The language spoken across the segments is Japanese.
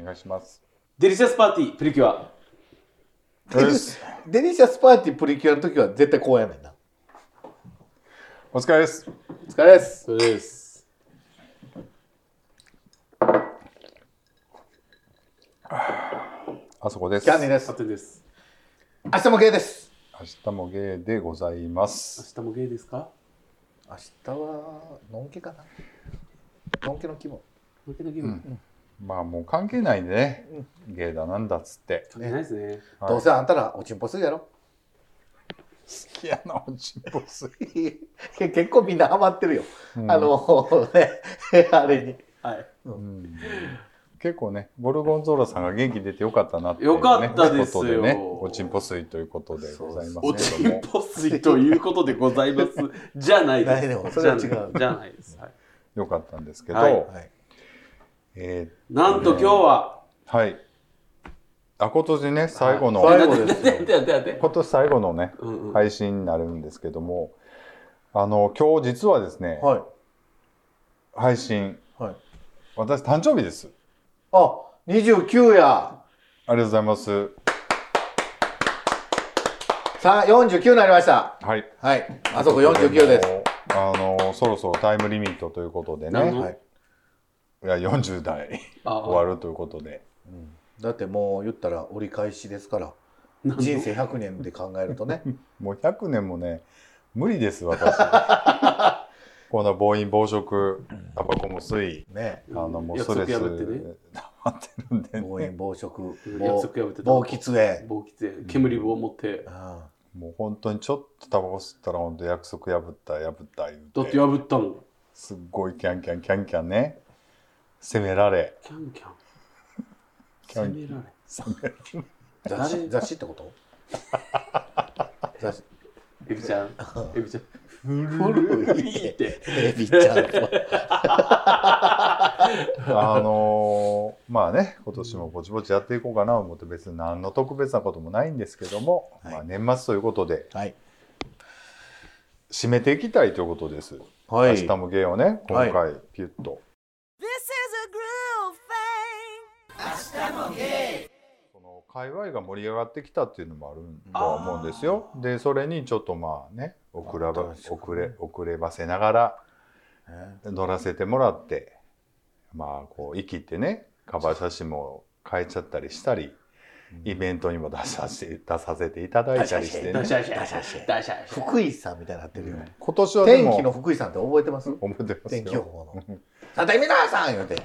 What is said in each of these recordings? お願いします。デリシャスパーティー、プリキュア。デリデリシャスパーティープリキュアの時は絶対こうやねんな。お疲れです。お疲れです。そうです。あそこです。キャンディ明でさす。てです。明日もゲーです。日もゲーでございます。明日もゲイですか明日は、のんけかな。のんけの気分。向けの気う分、んまあもう関係ないんでね、ゲーだなんだっつって。関係ないですね。はいどうせあんたらおちんぽするやろ。 好きやな、おちんぽすぎ。結構みんなハマってるよ。うんあ、の、ね、 あれに。はい。うん結構ね、ゴルゴンゾーラさんが元気出てよかったなっていう、ね、よかったですよことでね、おちんぽ水ということでございおますけちどんも、ぽ水ということでございます。 じゃないないで。ですもそれは違うじゃじゃないです。はいよかったんですけど、はいはい。えなんと今日は、ーはい。あ、今年ね、最後の、はい最だ後ってだですよってだってだって今年最後のね、うんうん配信になるんですけども、あの、今日実はですね、はい。配信、はい。私誕生日です。あ、29や。ありがとうございます。さあ、49になりました。はい。はい。あそこ49です。あの。あの、そろそろタイムリミットということで何ね、のはいいや40代あ終わるということで。だってもう言ったら折り返しですから。なんの人生100年で考えるとね。もう100年もね、無理です、 私。こんな暴飲暴食、タバコも吸い、ね。あの、もうス約トレ束ス破ってね。溜まってるんで暴ね、飲暴食、約束破ってた。暴喫煙。棒きつ煙棒持って。あもう本当にちょっとタバコ吸ったら、本当約束破った、破っただ言っうてて、破ったもん。すっごいキャンキャンキャンキャンね、責められ、キャンキャン。キャン攻められ。あ雑誌誰雑誌ってこと雑誌エビ ちゃん。エビちゃん。い古いっ。て。エビちゃんと。あのーまあね今年もぼちぼちやっていこうかなと思って別に何の特別なこともないんですけども、はいまあ、年末ということではい。締めていきたいということです、は明日も芸をね今回はピュッと、 This is a groove thing. その界隈が盛り上がってきたっていうのもあるとは思うんですよでそれにちょっとまあね遅らばあ確かに遅れ遅ればせながら乗らせてもらってまあこう生きてねカバー写真も変えちゃったりしたりイベントにも出させ出させていただいたりしてダねシャシャシャシャ。ダシャシャ。福井さんみたいになってるよ。今年はで天気のも福井さんって覚えてます覚えてます天気予よ報の。さて、皆さん言うて。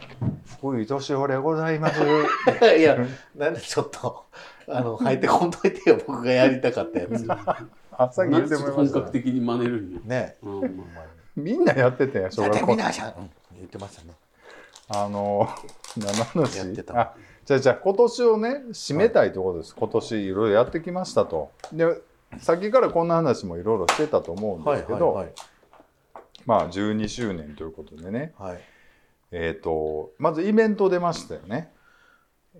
福井年俺ございます いや、なんでちょっと、あの、入ってこんといてよ、僕がやりたかったやつ。あさっきな言んってでちょっもらいまと本した格的に真似るんや。ね。うんうんみんなやってたやん小さ学て、校皆さんうん言ってましたね。あの 何の話やってたあじゃあじゃあ今年をね締めたいところです、今年いろいろやってきましたとでさっきからこんな話もいろいろしてたと思うんですけど、い。まあ12周年ということでねはい。えっ、とまずイベント出ましたよね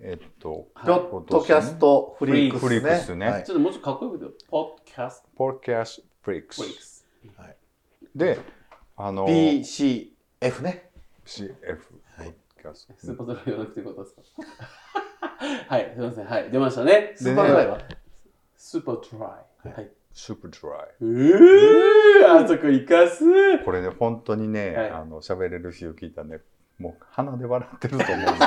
えっ、とポッドキャストフリークスね。フリークスねはいちょっともうちょっとかっこよく言うと、ポッドキャスポッキャスフリックストフリックス。であの PCF ね。 CF ポはッいドキャスト、スーパードライ言わなくてよかったですか はい、すいません。はい、出ましたね。スーパードライはスーパードライ。はい。スーパードライうー、あそこ行かす。これね本当にね、はいあの喋れる日を聞いたらねもう鼻で笑ってると思うんです よ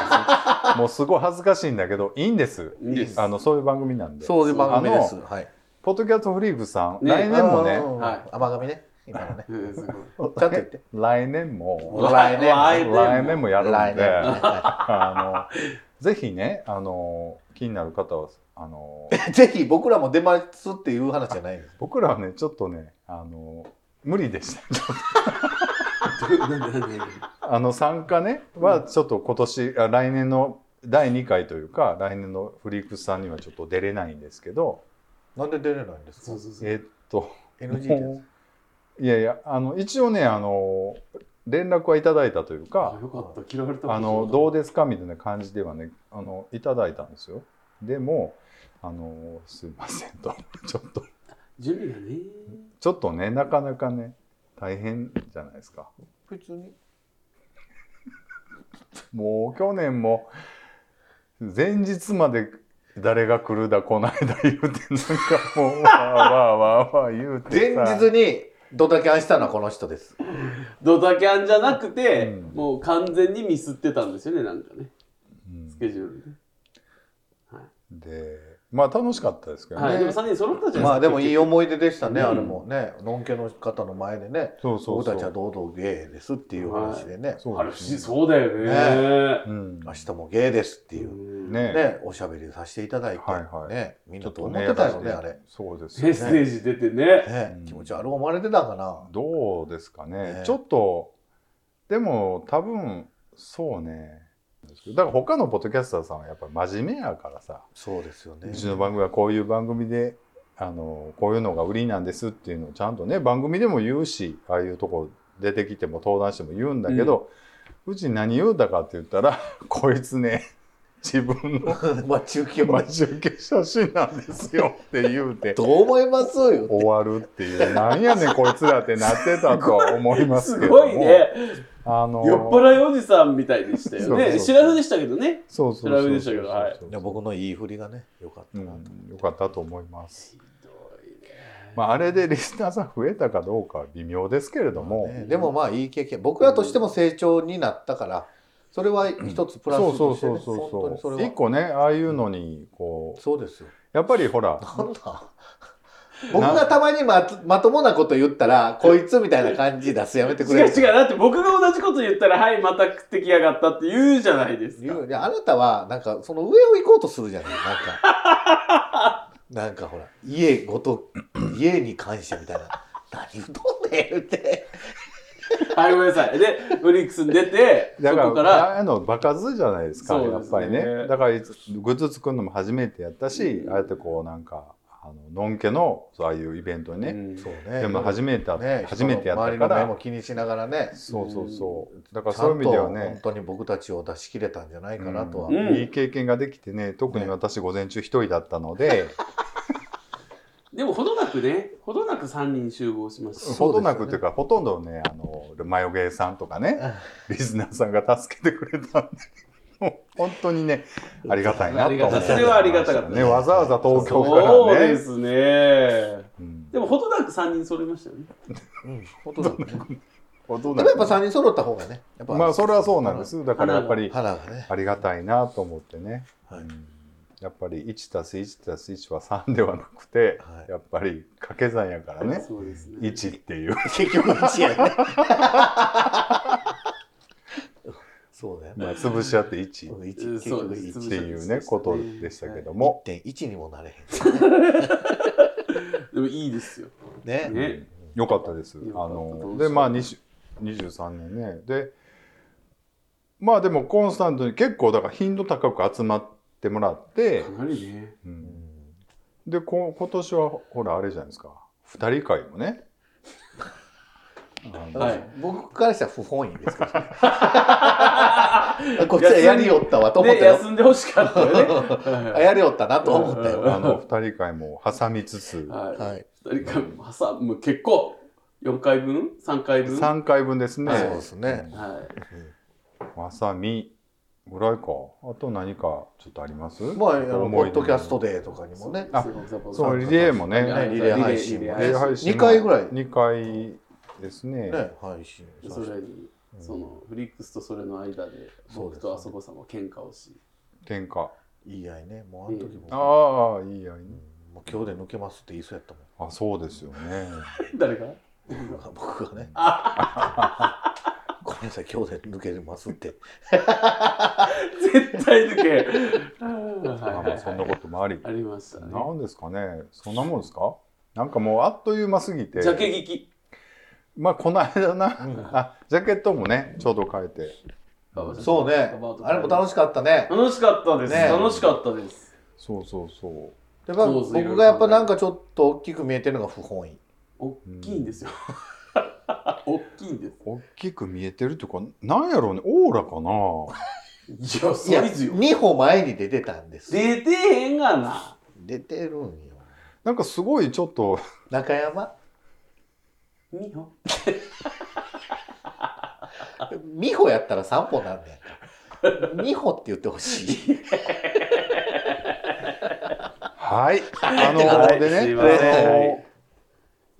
もうすごい恥ずかしいんだけどいいんですいいですあのそういう番組なんでそういう番組です。あはい。ポッドキャストフリークスさん、ね来年もねうんはい甘噛みね。今のね。うん すごいちゃんと言って。来年も来年来来年も。もやるんで来年はあの、ぜひね、あの、気になる方は、あの、い。ぜひ僕らも出ますっていう話じゃないです。僕らはね、ちょっとね、あの、無理でした。なんでなんでなんであの、参加ね、は、ちょっと今年、あ来年の第2回というか、来年のフリークスさんにはちょっと出れないんですけど、なんで出れないんですそかうそうそう。えっと、 ?NG でやいやいや、あの、一応ね、あの、連絡はいただいたというあか、、よかった。嫌われた。あのどうですかみたいな感じではねあのいただいたんですよでもあのすいませんと ちょっと準備がね。ちょっとねなかなかね大変じゃないですかつ。別に。もう去年も前日まで誰が来るだ来ないだ 言うてなんかもうわーわーわーわー言う前てさ日にドタキャンしたのはこの人です。ドタキャンじゃなくて、うんもう完全にミスってたんですよねなんかねうんスケジュールで、でまあ楽しかったですけどね、はい、でも3人揃ったじゃまなあいででかすもい結い思い出でしたね、うんあれもね。のんけの方の前でね、そうそう僕そうたちは堂々ゲイですっていう話でね、そ局あうれで不思すね議そうだよねうん明日もゲイですっていう、うんねね、おしゃべりさせていただいて、はいはいね、みんちょなっとと思ねってたよね、あれ。そうですよメッねセージ出てねねうん気持ち悪い思われてたんかな。どうですかねねちょっとでも多分そうねだから他のポッドキャスターさんはやっぱり真面目やからさそうですよねう。ちの番組はこういう番組であのこういうのが売りなんですっていうのをちゃんとね番組でも言うしああいうとこ出てきても登壇しても言うんだけど、うち何言うたかって言ったら 「こいつね自分 の待ち受けは待ち受け写真なんですよ」って言うてどう思いますよ。終わるっていう何やねんこいつらってなってたとは思いますすけどもごいねあの酔っ払いおじさんみたいでしたよそうそうねそう知らずでしたけどねそうそう調そうべでしたけどはいいや僕の言い振りがね、良かったうなと。ん、よかったと思います、ひどいねまあ、あれでリスナーさん増えたかどうかは微妙ですけれども、ねでもまあいい経験、僕らとしても成長になったから、それは一つプラスそうそとうしてそねうそう本当にそそうれ一は。個ねああいうのにこうそうですよ。やっぱりほらなんだ僕がたまにまとまともなこと言ったら、こいつみたいな感じ出すやめてく違れうる。違うだって僕が同じこと言ったら「はいまた食ってきやがった」って言うじゃないですか言ういやあなたは、なんか、その上を行こうとするじゃないなんか。なんかほら、家ごと、家に感謝みたいな。何言うとんねんって。はいごめんなさいでブリックスに出てそだからこからああいうの場数じゃないですかそうやでっすぱねりねだからいつグッズ作るのも初めてやったし、うんああやってこうなんかあののんけのそうああいうイベントにね、うんそうね。でも初めてやった、ね、初めてやった人のか周りの目らも気にしながらね。そうそうそうだからちそうゃいう意ん味とでは本ね当に僕たちを出し切れたんじゃないかなとは。うんうんいい経験ができてね特に私午前中一人だったの で、でもほどなくねほどなく3人集合しましたほどなくっていうかほとんどねあのマヨゲーさんとかねリスナーさんが助けてくれたんで、もう本当にね、ありがたいなと思っありてがまたいしそたれはありがたかったね、わざわざ東京かそうらでね。すねうんでもほどなく3人揃いましたよねうんほとんどねほとんどでもやっぱ3人揃った方がね。やっぱまあ、それはそうなんです。だからやっぱり、腹がね。ありがたいなと思ってね。はいうんやっぱり1たす1たす1は3ではなくて、はいやっぱり掛け算やからね、そうですね1っていう。結局1やね。 そうだよね。まあ、潰し合って1っ1うん結そう局ですていうね、ことでしたけども。 1.1にもなれへん。でもいいですよね。ねよかったです。よあかったどのうでぞまあ20 23年ねでまあでもコンスタントに結構だから頻度高く集まってもらってか、なりねう、うんんでこ今年はほらあれじゃないですか2人会も ね。あのはい僕からしたら不本意ですけどねこっちはやりよったわと思っねたよ。休んでほしかったよねはいあやりよったなと思ったよ。あの2人会も挟みつつははい。い2人間も挟む結構4回分3回分3回分ですねそうですね。は挟みぐらいかあと何かちょっとありますまあ、あの、ポ思いッ出ドキャストデーとかにもね。あそうリレーもねねリレー配信もリレー礼配拝二回ぐらい2回ですねね、配信さそせてれにそのフリックスとそれの間でそうで僕すねとあそこさんは喧嘩をし喧嘩いい合いね。もうあの時僕、あもあいいやいいう今日で抜けますって言いそうやったもん。あそうですよね誰が僕がね。 ごめんなさい、今日で抜けますって。絶対抜けあはまあそんなこともありありましたねなんですかねそんなもんですかなんかもうあっという間すぎてジャケ聞きまあこの間な、んあジャケットもねちょうど変えてそうね。あれも楽しかったね。楽しかったです、ね楽しかったですそうそうそうでまあそうそう僕がやっぱなんかちょっと大きく見えてるのが不本意。大きいんですよ 大きいんで大きく見えてるっていうかなんやろうねオーラかなすいやいや、サイズよ2歩前に出てたんです。出てへんがな出てるんよ。なんかすごいちょっと中山2本美穂やったら3歩なんねんか。美穂って言ってほしい。。はい。あのはいですねい、ませんあのはい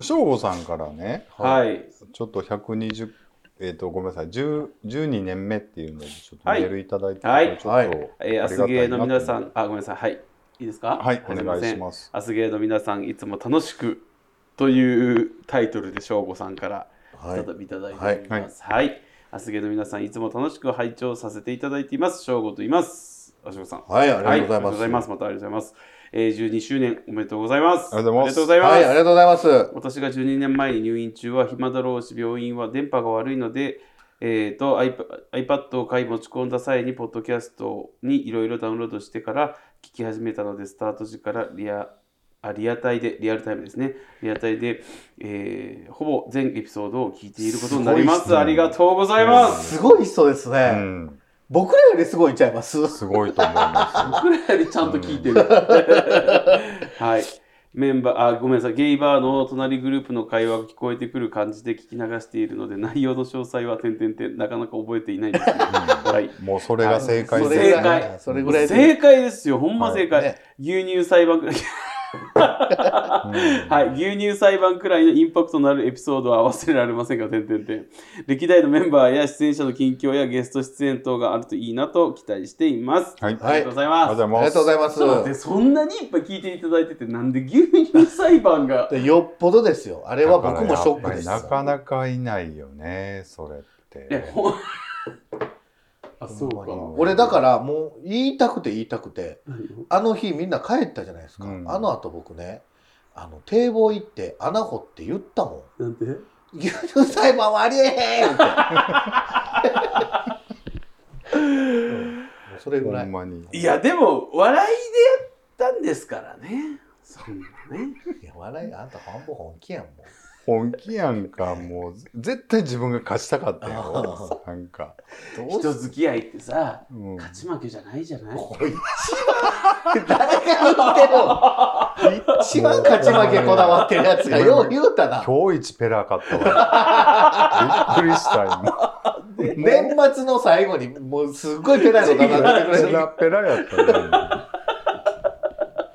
省吾さんからね、はいい。ちょっと120、えっ、と、ごめんなさい、10 12年目っていうので、ちょっとメはいールいただいてて、はいちょはいっと、えー、アありスがたいなゲーの皆さん、あ、ごめんなさい。はい。いいですかはい、おす願いしまますす。アスゲーの皆さん、いつも楽しくというタイトルで、しょうごさんから はい再びいただいております。はい。アスゲーの皆さん、いつも楽しく拝聴させていただいています。しょうごと言います。あしごさん。はい、ありがはとうございます。またありがとうございます。えー、12周年おめでとうございます。ありがとうございますはい、ありがとうございます。私が12年前に入院中は暇だろうし病院は電波が悪いので、えー、と iPad iPad を買い持ち込んだ際にポッドキャストにいろいろダウンロードしてから聞き始めたのでスタート時からリアあリアタイでリアルタイムですねリアタイで、えーほぼ全エピソードを聞いていることになりますすごいっすねありがとうございますすごい人ですね。うん、僕らよりすごいんちゃいます。すごいと思いま僕らよりちゃんと聞い てる。はい。メンバー、あ、ごめんなさい。ゲイバーの隣グループの会話が聞こえてくる感じで聞き流しているので、内容の詳細は点々点、なかなか覚えていないです、ね。はい。す。もうそれが正解そですれね。ぐらいそれぐらいで。正解ですよ。ほんま正解。ね牛乳裁判く らい。はい、牛乳裁判くらいのインパクトのあるエピソードは忘れられませんが、点々点。歴代のメンバーや出演者の近況やゲスト出演等があるといいなと期待しています。はい、ありがとうございます。ざいありがとうございます。ちょっと待って、そんなにいっぱい聞いていただいてて、なんで牛乳裁判が。 でよっぽどですよ。あれは僕もショックでしなた。かなかいないよね、それっいやて。ほんあ、そうほんまにか。俺だからもう言いたくて言いたくて、何あの日みんな帰ったじゃないですか。うんあの後僕ね、あの堤防行って穴掘って言ったもなんてん。牛乳裁判はありえへんっ て。うんもうそれほぐらいん。まに。いや、でも、笑いでやったんですからね。そんなね。いや笑いあんた半分本気やんもう。本気やんか、もう、絶対自分が勝ちたかった あよ。なんか。どう人す付き合いってさ、うん勝ち負けじゃないじゃないこい一番誰が言ってるの一番勝ち負けこだわってるやつがよう言うたな。今日一ペラーかったわ。びっくりした、今。 年末の最後にもうすっごいペラペラなってくれペるラペラやったね。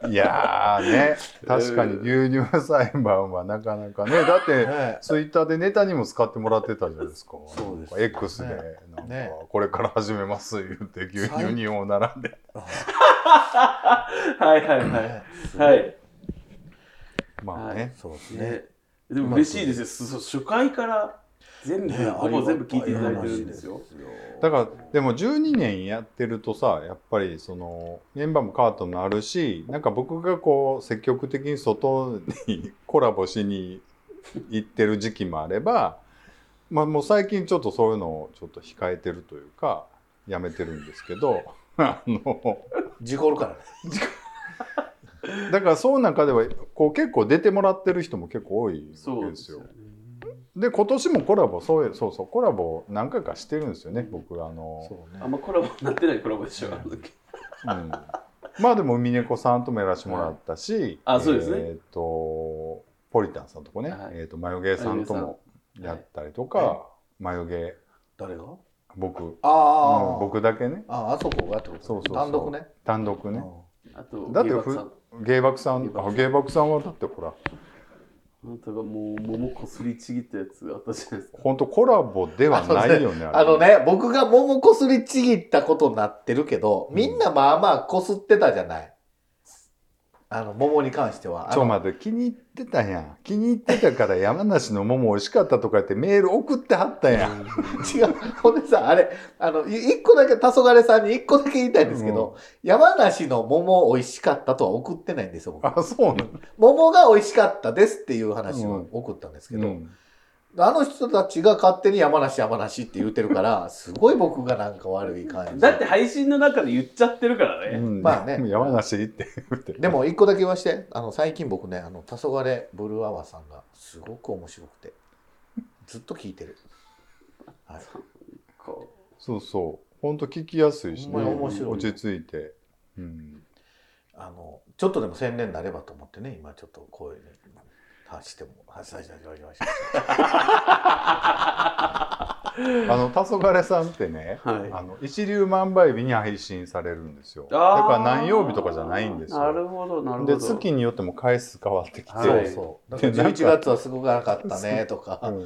いやーね、確かに牛乳裁判はなかなかね、だって、ねツイッターでネタにも使ってもらってたじゃないですか。そうですなんか X でね、なんかね、これから始めます言って、牛乳にを並んで。はいはいはい。 はい。まあね。そうですねね。でも嬉しいですよ。そそう初回から全部、ねほぼ全部聞いていただいてるんですよ。だから、でも12年やってるとさ、やっぱりその、メンバーもカートもあるし、なんか僕がこう、積極的に外にコラボしに行ってる時期もあれば、まあもう最近ちょっとそういうのをちょっと控えてるというか、やめてるんですけど、 あの、事故るからね。だからその中ではこう結構出てもらってる人も結構多いわそけうでですすよよ。ね。で今年もコラボそうそうそうコラボ何回かしてるんですよね僕あの、そうあんまコラボなってないコラボでしょ。あの時うん、まあでも峰子さんともやらせてもらったし、あそうですねえっ、とポリタンさんとこね、はいえー、と眉毛さんともやったりとか、は眉毛誰が僕ああうんあ、僕だけねああ、あそこがってことそうそうそう単独ね。単独ねあと、だってゲイバクさ芸爆さんん芸爆あ芸爆さんはだってほらあなたがもう桃こすりちぎったやつあったじゃないですか。本当コラボではないよね あのね、僕が桃こすりちぎったことになってるけど、みんなまあまあこすってたじゃない。あの、桃に関しては。ちょあの待って気に入ってたやん気に入ってたから山梨の桃美味しかったとか言ってメール送ってはったやん違う。ほんでさ、あれ、あの、い一個だけ、黄昏さんに一個だけ言いたいんですけど、山梨の桃美味しかったとは送ってないんですよ、僕あそうなの桃が美味しかったですっていう話を送ったんですけうど、んあの人たちが勝手に山梨山梨って言ってるから、すごい僕がなんか悪い感じ。だって配信の中で言っちゃってるからね。うんまあね山梨行って言ってでも一個だけ言わして、あの、最近僕ね、あの、黄昏ブルーアワーさんがすごく面白くて、ずっと聞いてる。はい。こそうそう本当聞きやすいしねほんまに面白い落ち着いて、うん、あの、ちょっとでも宣伝になればと思ってね、今ちょっと声に発しても、発散してもらいました。あの黄昏さんってね、はいあの一粒万倍日に配信されるんですよ。だあーから何曜日とかじゃないんですなよ。るほど、なるほでど。月によっても回数変わってきて、はいそうそうだでから11月はすごくなかったねとうかんはいは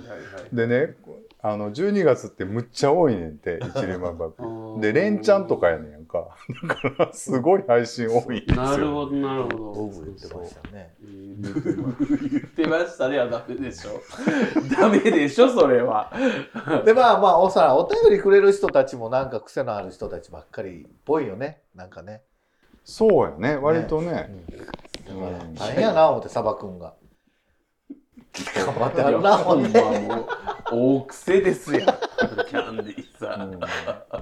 いでねあの12月ってむっちゃ多いねんって一粒万倍あー日。で連チャンとかやねんやんか。だからすごい配信多いんですよ。なるほど、なるほブど。ーブー言ってましたねえーブー言ってましたねはダメでしょ。ダメでしょ、それは。でまあまあおさお便りくれる人たちもなんか癖のある人たちばっかりっぽいよねなんかね、そうやね割とね。ううんん、大変やな思ってサバくんが頑張ってはるな思っいやほてんまもう大癖ですよ。キャンディーさん。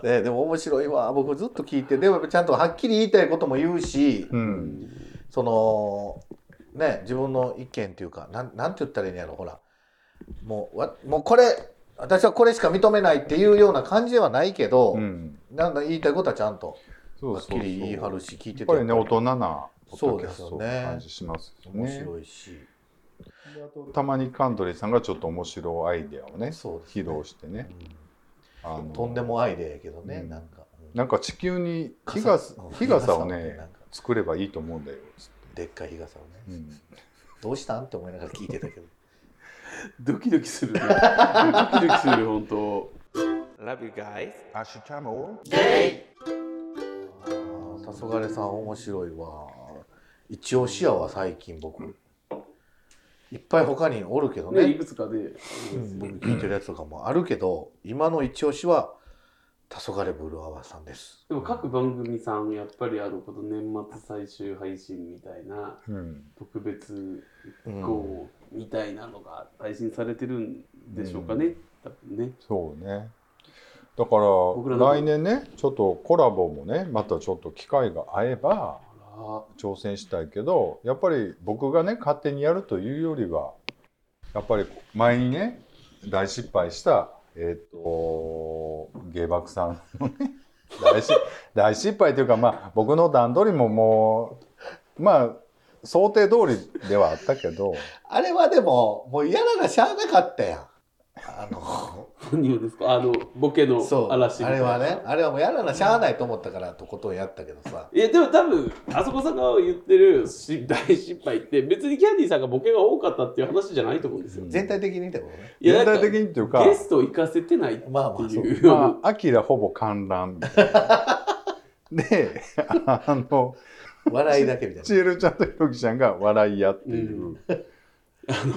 ねでも面白いわ僕ずっと聞いてでもやっぱちゃんとはっきり言いたいことも言うしうん、そのね自分の意見っていうかなんなんて言ったらいいんやろほらもうわもうこれ私はこれしか認めないっていうような感じではないけど、うん、なんだ言いたいことはちゃんとそはうっそうそう。きり言い張るし聞いやてってぱりね大人なポッそドうキャでスすトよってね感じしますよ面ね。白いし、たまにカントリーさんがちょっと面白いアイデアをねそうですね披露してね、あのとんでもアイデアやけどね、うんなんか、うんなんか地球に日傘傘うん日傘をね日傘をね作ればいいと思うんだよつっでっかい日傘をね、て、うんどうしたんって思いながら聞いてたけどドキドキするね。ドキドキする、本当。Love you guys. あー黄昏さん面白いわ一押しやわ最近僕いっぱい他におるけどねね、いくつかで。うん僕聞いてるやつとかもあるけど今の一押しは黄昏ブルーアワーさんですでも各番組さん、やっぱりあの、この年末最終配信みたいな、うん特別うん号みたいなのが配信されてるんでしょうかね。多分ね。そうねだか僕ららの来年ねちょっとコラボもねまたちょっと機会が合えばあ挑戦したいけどやっぱり僕がね勝手にやるというよりはやっぱり前にね大失敗したえっ、と芸爆さんのね 大失大失敗というかまあ僕の段取りももうまあ想定通りではあったけどあれはでももうやらなしゃあなかったやんあ のら何をですかあの、ボケのそう嵐みあたいれなはねあれはもうやらなしゃあないと思ったからとことんやったけどさいやでも多分あそこさんが言ってるし大失敗って別にキャンディーさんがボケが多かったっていう話じゃないと思うんですよ。うん全体的にってことねいや全なん体か的にというかゲストを行かせてないってまあまあそういう、まあアキラほぼ観覧みたいなであの笑いだけみたいち なえるちゃんとひろきちゃんが笑いやっていう、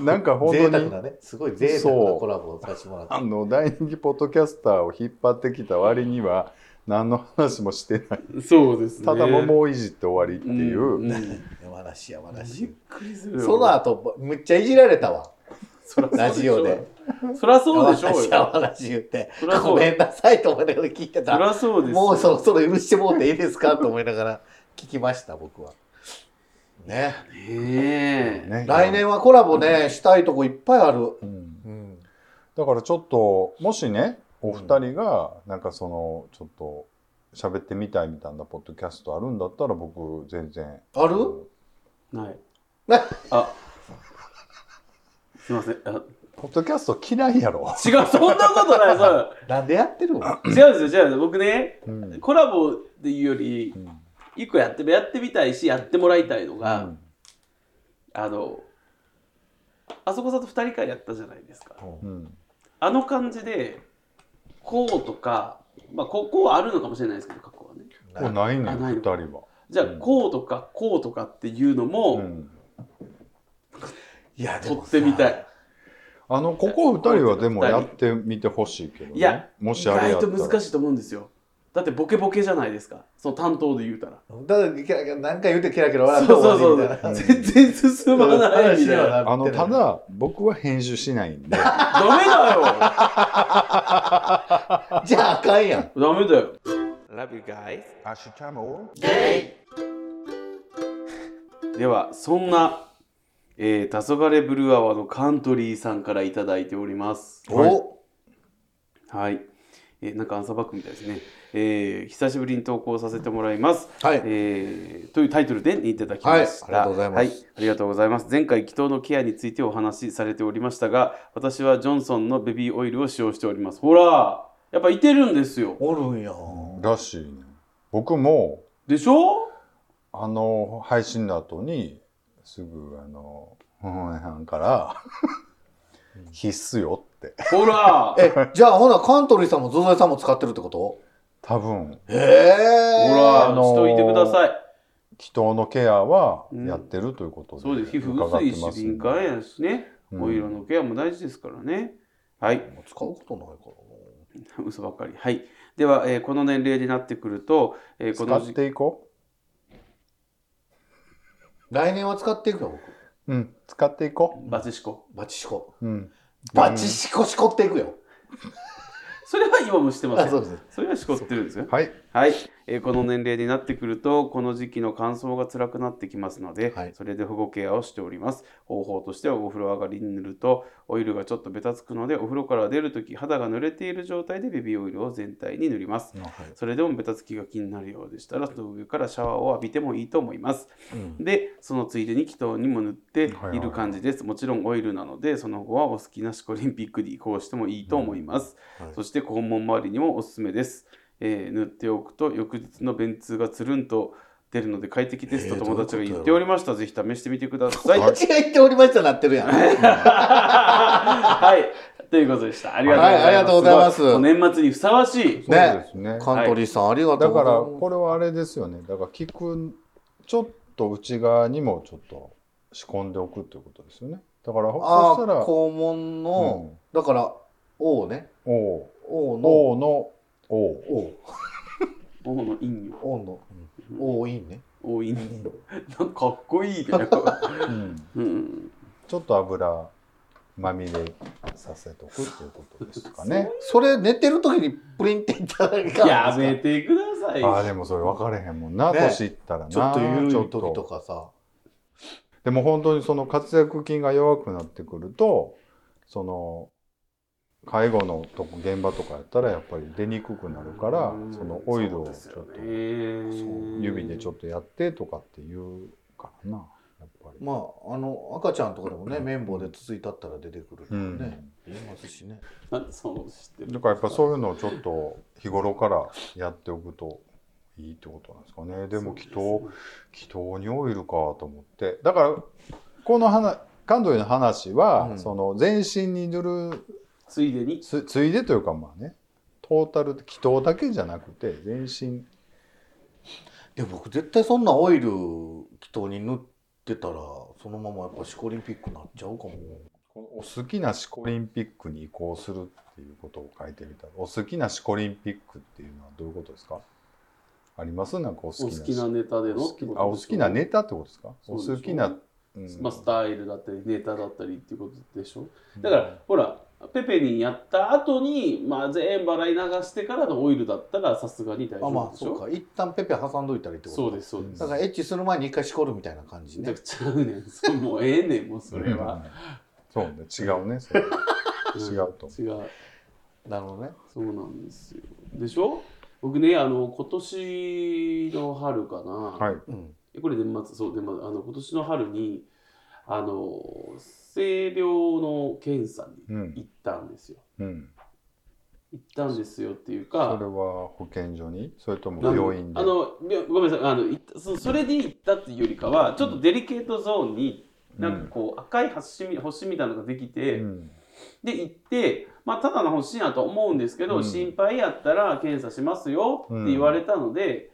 なんか本贅当沢になねすごい贅沢なコラボをさせてもらったあの大人気ポッドキャスターを引っ張ってきた割には何の話もしてないそうですね。ただ桃をいじって終わりっていう、んん山梨山びっ梨くりするよ。その後むっちゃいじられたわそらそうしょラジオで。そりゃ山そうでしょう梨よ。山梨言ってそりゃそうごめんなさいと思いながら聞いてそたりゃそうですよ。もうそろそろ許してもうていいですかと思いながら 聞きました僕は。ね、ねえ。ね来、年はコラボね、したいとこいっぱいある。うんうん、だからちょっともしねお二人がなんかそのちょっと喋ってみたいみたいなポッドキャストあるんだったら僕全然あるない。ねあすいません。あポッドキャスト嫌いやろ、違う、そんなことないぞ。なんでやってるの違うんですよ、違うんですよ。僕ね、うんコラボっていうより、一個やってやってみたいしやってもらいたいのが、うんあのあそこさんと2人会やったじゃないですかうんあの感じでこうとかまあここはあるのかもしれないですけど過去はねこれないねあんな二い人は、じゃあうんこうとかこうとかっていうのうもん、いや撮ってみたい、。あのここ二人はでもやってみてほしいけど、ね、いやも意しあれや外ったとら難しいと思うんですよだってボケボケじゃないですかその担当で言うたらただキラキラなんか言うてキラキラ笑ってそう終わそうりそうみたいな。全然進まないみたいなあのただ僕は編集しないんでダメだよじゃああかんやん。ダメだよ。では、そんな、えー、黄昏ブルーアワーのカントリーさんからいただいております。おおはい。えーなんかアンサーバックみたいですね、えー久しぶりに投稿させてもらいます、はいえーというタイトルでいただきました、はいありがとうございますはいありがとうございます前回気筒のケアについてお話しされておりましたが私はジョンソンのベビーオイルを使用しておりますほらやっぱいてるんですよおるんや。らしいね僕もでしょあの配信の後にすぐあの本屋さんから必須よってほら え、じゃあほなカントリーさんもゾゾエさんも使ってるってこと多分ええほー。ら、あのーしといてください気筒のケアはやってるということで、そうです皮膚伺っ薄ていましす敏感やしね、うんお色のケアも大事ですからねはいもう使うことないから嘘ばっかり。はい。では、えーこの年齢になってくると、えーこ使のっ時ていこな。来年は使っていくよ、僕。ううん使っていこバチシコ。バチシコ。ううんバチシコシコっていくよ。それは今もしてまあ、すそよ。うです。それはしこってるんですよ。はいはい、えーこの年齢になってくるとこの時期の乾燥が辛くなってきますので、はいそれで保護ケアをしております方法としてはお風呂上がりに塗るとオイルがちょっとベタつくのでお風呂から出るとき肌が濡れている状態でベビーオイルを全体に塗りますそれでもベタつきが気になるようでしたらその上からシャワーを浴びてもいいと思いますうんでそのついでに祈祷にも塗ってはいはいいる感じです、もちろんオイルなのでその後はお好きなシコリンピックに移行してもいいと思います、うんはいそして肛門周りにもおすすめです、えー塗っておくと翌日の便通がつるんと出るので快適ですとえー友達が言ってどうおいりました、ぜひ試してみてください間違っておりましたなってるやん。はいということでしたありがとうございます,、はいありがとうございますごもう年末にふさわしいそうですねカントリーさん、ありがとだうごかざらいます。これはあれですよねだから聞くちょっと内側にもちょっと仕込んでおくということですよねだからあそしたあら肛門の、だから王ねうん、おう王のおうのおう王王の陰陽王の王院ね王陰陽なんかかっこいい ねうん、うんちょっと油まみれさせとくっていうことですかねそれ寝てる時にプリンっていただけたやんめですてくださいああでもそれ分かれへんもんなね年いったらなかちょっと緩いちょ時っととかさでも本当にその活躍筋が弱くなってくるとその介護のとこ現場とかやったらやっぱり出にくくなるからうんそのオイルをちょっとそうですよね指でちょっとやってとかっていうからなやっぱり。まああの赤ちゃんとかでもね綿棒でつついたったら出てくるとうかんね、言いますしねなんで そう知ってだるからやっぱそういうのをちょっと日頃からやっておくといいってことなんですかね。でも祈祷祈祷にオイルかと思ってだからこの話関東の話は、うんその全身に塗るついでにつついでというかまあねトータル祈祷だけじゃなくて全身で僕絶対そんなオイル気筒に塗ってたらそのままやっぱシコリンピックになっちゃうかもこのお好きなシコリンピックに移行するっていうことを書いてみたお好きなシコリンピックっていうのはどういうことですかありますなんかお好きおな好きなネタでおのっ好てきことでしょあお好きなネタってことですかそおうでしょ好きな、うんまあスタイルだったりネタだったりっていうことでしょだからほらペペにやった後にまあ全部洗い流してからのオイルだったらさすがに大あま丈夫あでしそうょか一旦ペペ挟んどいたらいいってことそうですすそうですだからエッチする前に一回しこるみたいな感じだねからちゃうねんそうもうええねんもうそれはそうね違うねそれ違うと思違うなるほどねそうなんですよでしょ僕ねあの今年の春かなうはいうんえこれ年末そう年末あの今年の春にあの性病の検査うにん行ったんですよ、うん行ったんですよっていうそれかは保健所にそれとなもん病院であのびょごめんなさいあの行ったそそれで行ったっていうよりかはちょっとデリケートゾーンになんかこう赤い星み星みたいなのができて、うんで行って、まあ、ただの星やとは思うんですけど、うん心配やったら検査しますよって言われたので、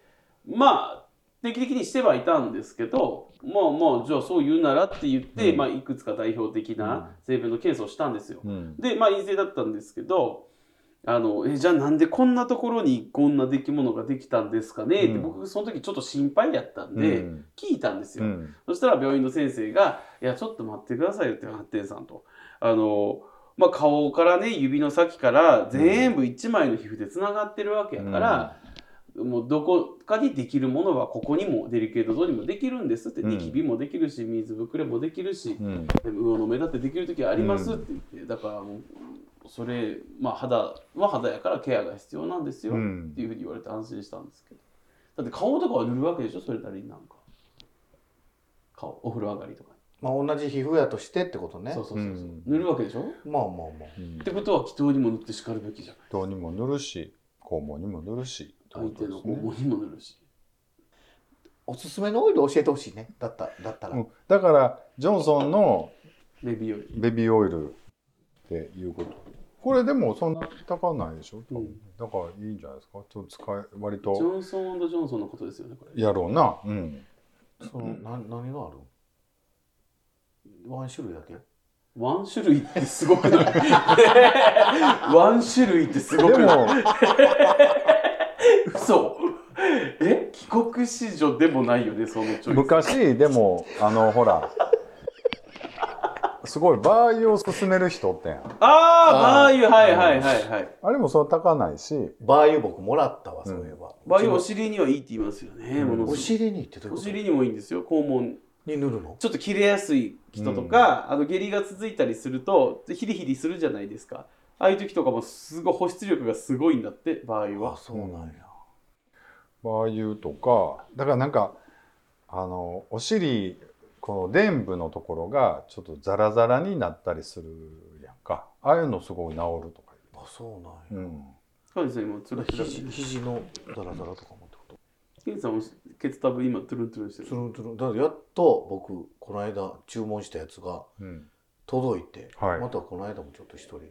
まあ定期的にしてはいたんですけどまあまあじゃあそう言うならって言って、うんまあ、いくつか代表的な成分の検査をしたんですよ。うんでまあ陰性だったんですけどあのえじゃあなんでこんなところにこんな出来物ができたんですかね、うんって僕その時ちょっと心配やったんうで、ん聞いたんですよ。うんそしたら病院の先生が「いやちょっと待ってくださいよ」って発展さんと。あのまあ、顔からね指の先から全部1枚の皮膚でつながってるわけやから、もうどこかにできるものはここにもデリケートゾーンにもできるんですって、うんニキビもできるし水ぶくれもできるしうん魚の目だってできる時ありますって言って、だからもうそれ、まあ、肌は肌やからケアが必要なんですよ、うんっていうふうに言われて安心したんですけどだって顔とかは塗るわけでしょそれなりになんか顔お風呂上がりとかまあ同じ皮膚やとしてってことにねそうそうそうそう、うん塗るわけでしょまあまあまあうんってことは祈祷にも塗って叱るべきじゃんどうにも塗るし肛門にも塗るし相手の思いにも塗るし、おすすめのオイル教えてほしいねだっただったら、うんだからジョンソンのベビーオイルベビーオイルっていうことこれでもそんな高ないでしょ、うんだからいいんじゃないですかちょっと使い割ジとョンソンジョンソンのことですよねこれやろうなうんそのな何があるワン種類だけワン種類ってす ごくないワン種類ってすでごくないも嘘え帰国子女でもないよねそのチョイス昔でもあのほらすごいバー油を勧める人おってんあああバー油はいはいはいはいあれもそんな高ないしバー油僕もらったわそういえば、バー油お尻にはいいって言いますよね、うんものおす尻にってどうごくおいうこと尻にもいいんですよ肛門に塗るのちょっと切れやすい人とか、あの下痢が続いたりするとヒリヒリするじゃないですかああいう時とかもすごい保湿力がすごいんだって場合あはそうなんや、バー油とかだからなんかあのお尻この臀部のところがちょっとザラザラになったりするやんかああいうのすごい治るとかあそう言なう、んうや、ん、カジさん今ツルンツルン肘肘のザラザラとかもってことケンさんもケツタブ今トゥルントゥルンしてつるるんつるんだからやっと僕この間注文したやつがうん、届いて、はいまたこの間もちょっと一人で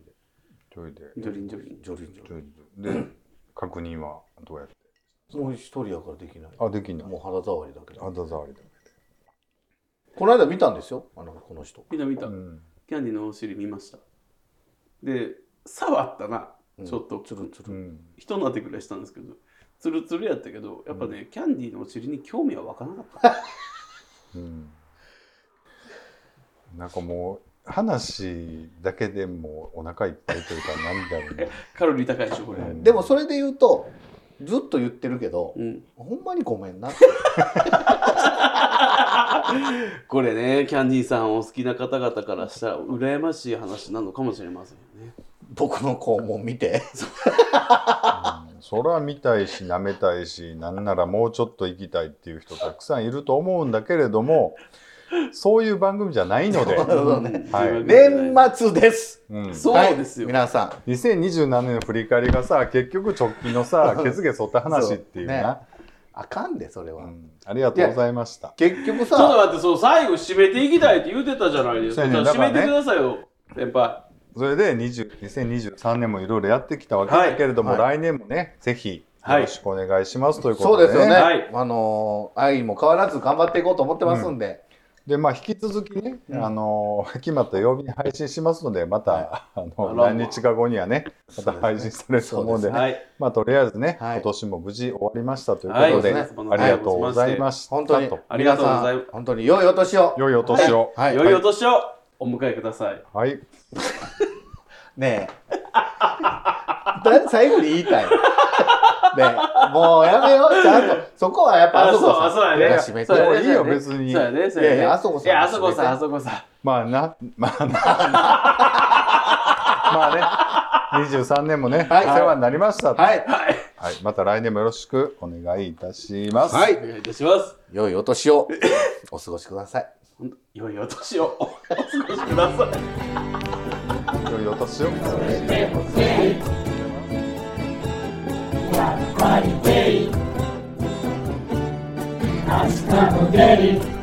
それでジョリンジョリンジョリンジョそれでで確認はどうやってリンもう一人やからできないあできんないもう肌触りだけど肌触りだこの間見たんですよあのこの人みんな見け、た、うん、キャンディのお尻見ましたで触ったな、うんちょっとつるつうるん、一なってくらいしたんですけどツルツルやったけどやっぱね、キャンディーのお尻に興味は湧かなかったうん、なんかもう話だけでもうお腹いっぱいというか何だろうねカロリー高いでしょこれ、うんでもそれで言うとずっと言ってるけど、うん、ほんまにごめんな ってこれねキャンディーさんお好きな方々からしたら羨ましい話なのかもしれませんよね僕の肛門見てうん そら見たいし舐めたいしなんならもうちょっと行きたいっていう人たくさんいると思うんだけれどもそういう番組じゃないの で、そうねんはい年末ですうん、そうですよ、はい皆さ2027年の振り返りがさ結局直近の さ血下沿った話っていうなんあかんでそれうは、ん、ありがとうございました結局ちょっとさ待ってそう最後締めていきたいって言ってたじゃないですか、そうやねじゃあ締めだてかくらださいよ先輩それで20 2023年もいろいろやってきたわけだけれども、は来年もねぜひはよいろしくお願いしますというこそとうで、ですよね、はいあのー愛も変わらず頑張っていこうと思ってますんで、でまあ引き続きね、うんあのー 決まった曜日に配信しますのでまた、はああらのまあ何日か後にはねまた配信されると思うんでそうですねはいまあとりあえずね、は今い年も無事終わりましたというはいことで、そうですねありがとうございました。本当にとありがとうございます皆さん本当に良いお年を良いお年を。はい、良いお年をお迎えくださいはい、ねえだ最後に言いたいねえもうやめようちゃんとそこはやっぱあそこあそうさあそんうやねが締めてそうやもねういいよそうやね別にそうやねそうやいやいねやあそこさんいやあそこさん締めてあそこさんまあなま あなまあね23年もね、はいお世話になりましたと、はい、はいはい、また来年もよろしくお願いいたします。はおい、願いいたします良いお年をお過ごしくださいほんと良いお年をお過ごしください良いお年を。 Party Day. Hasta Monday.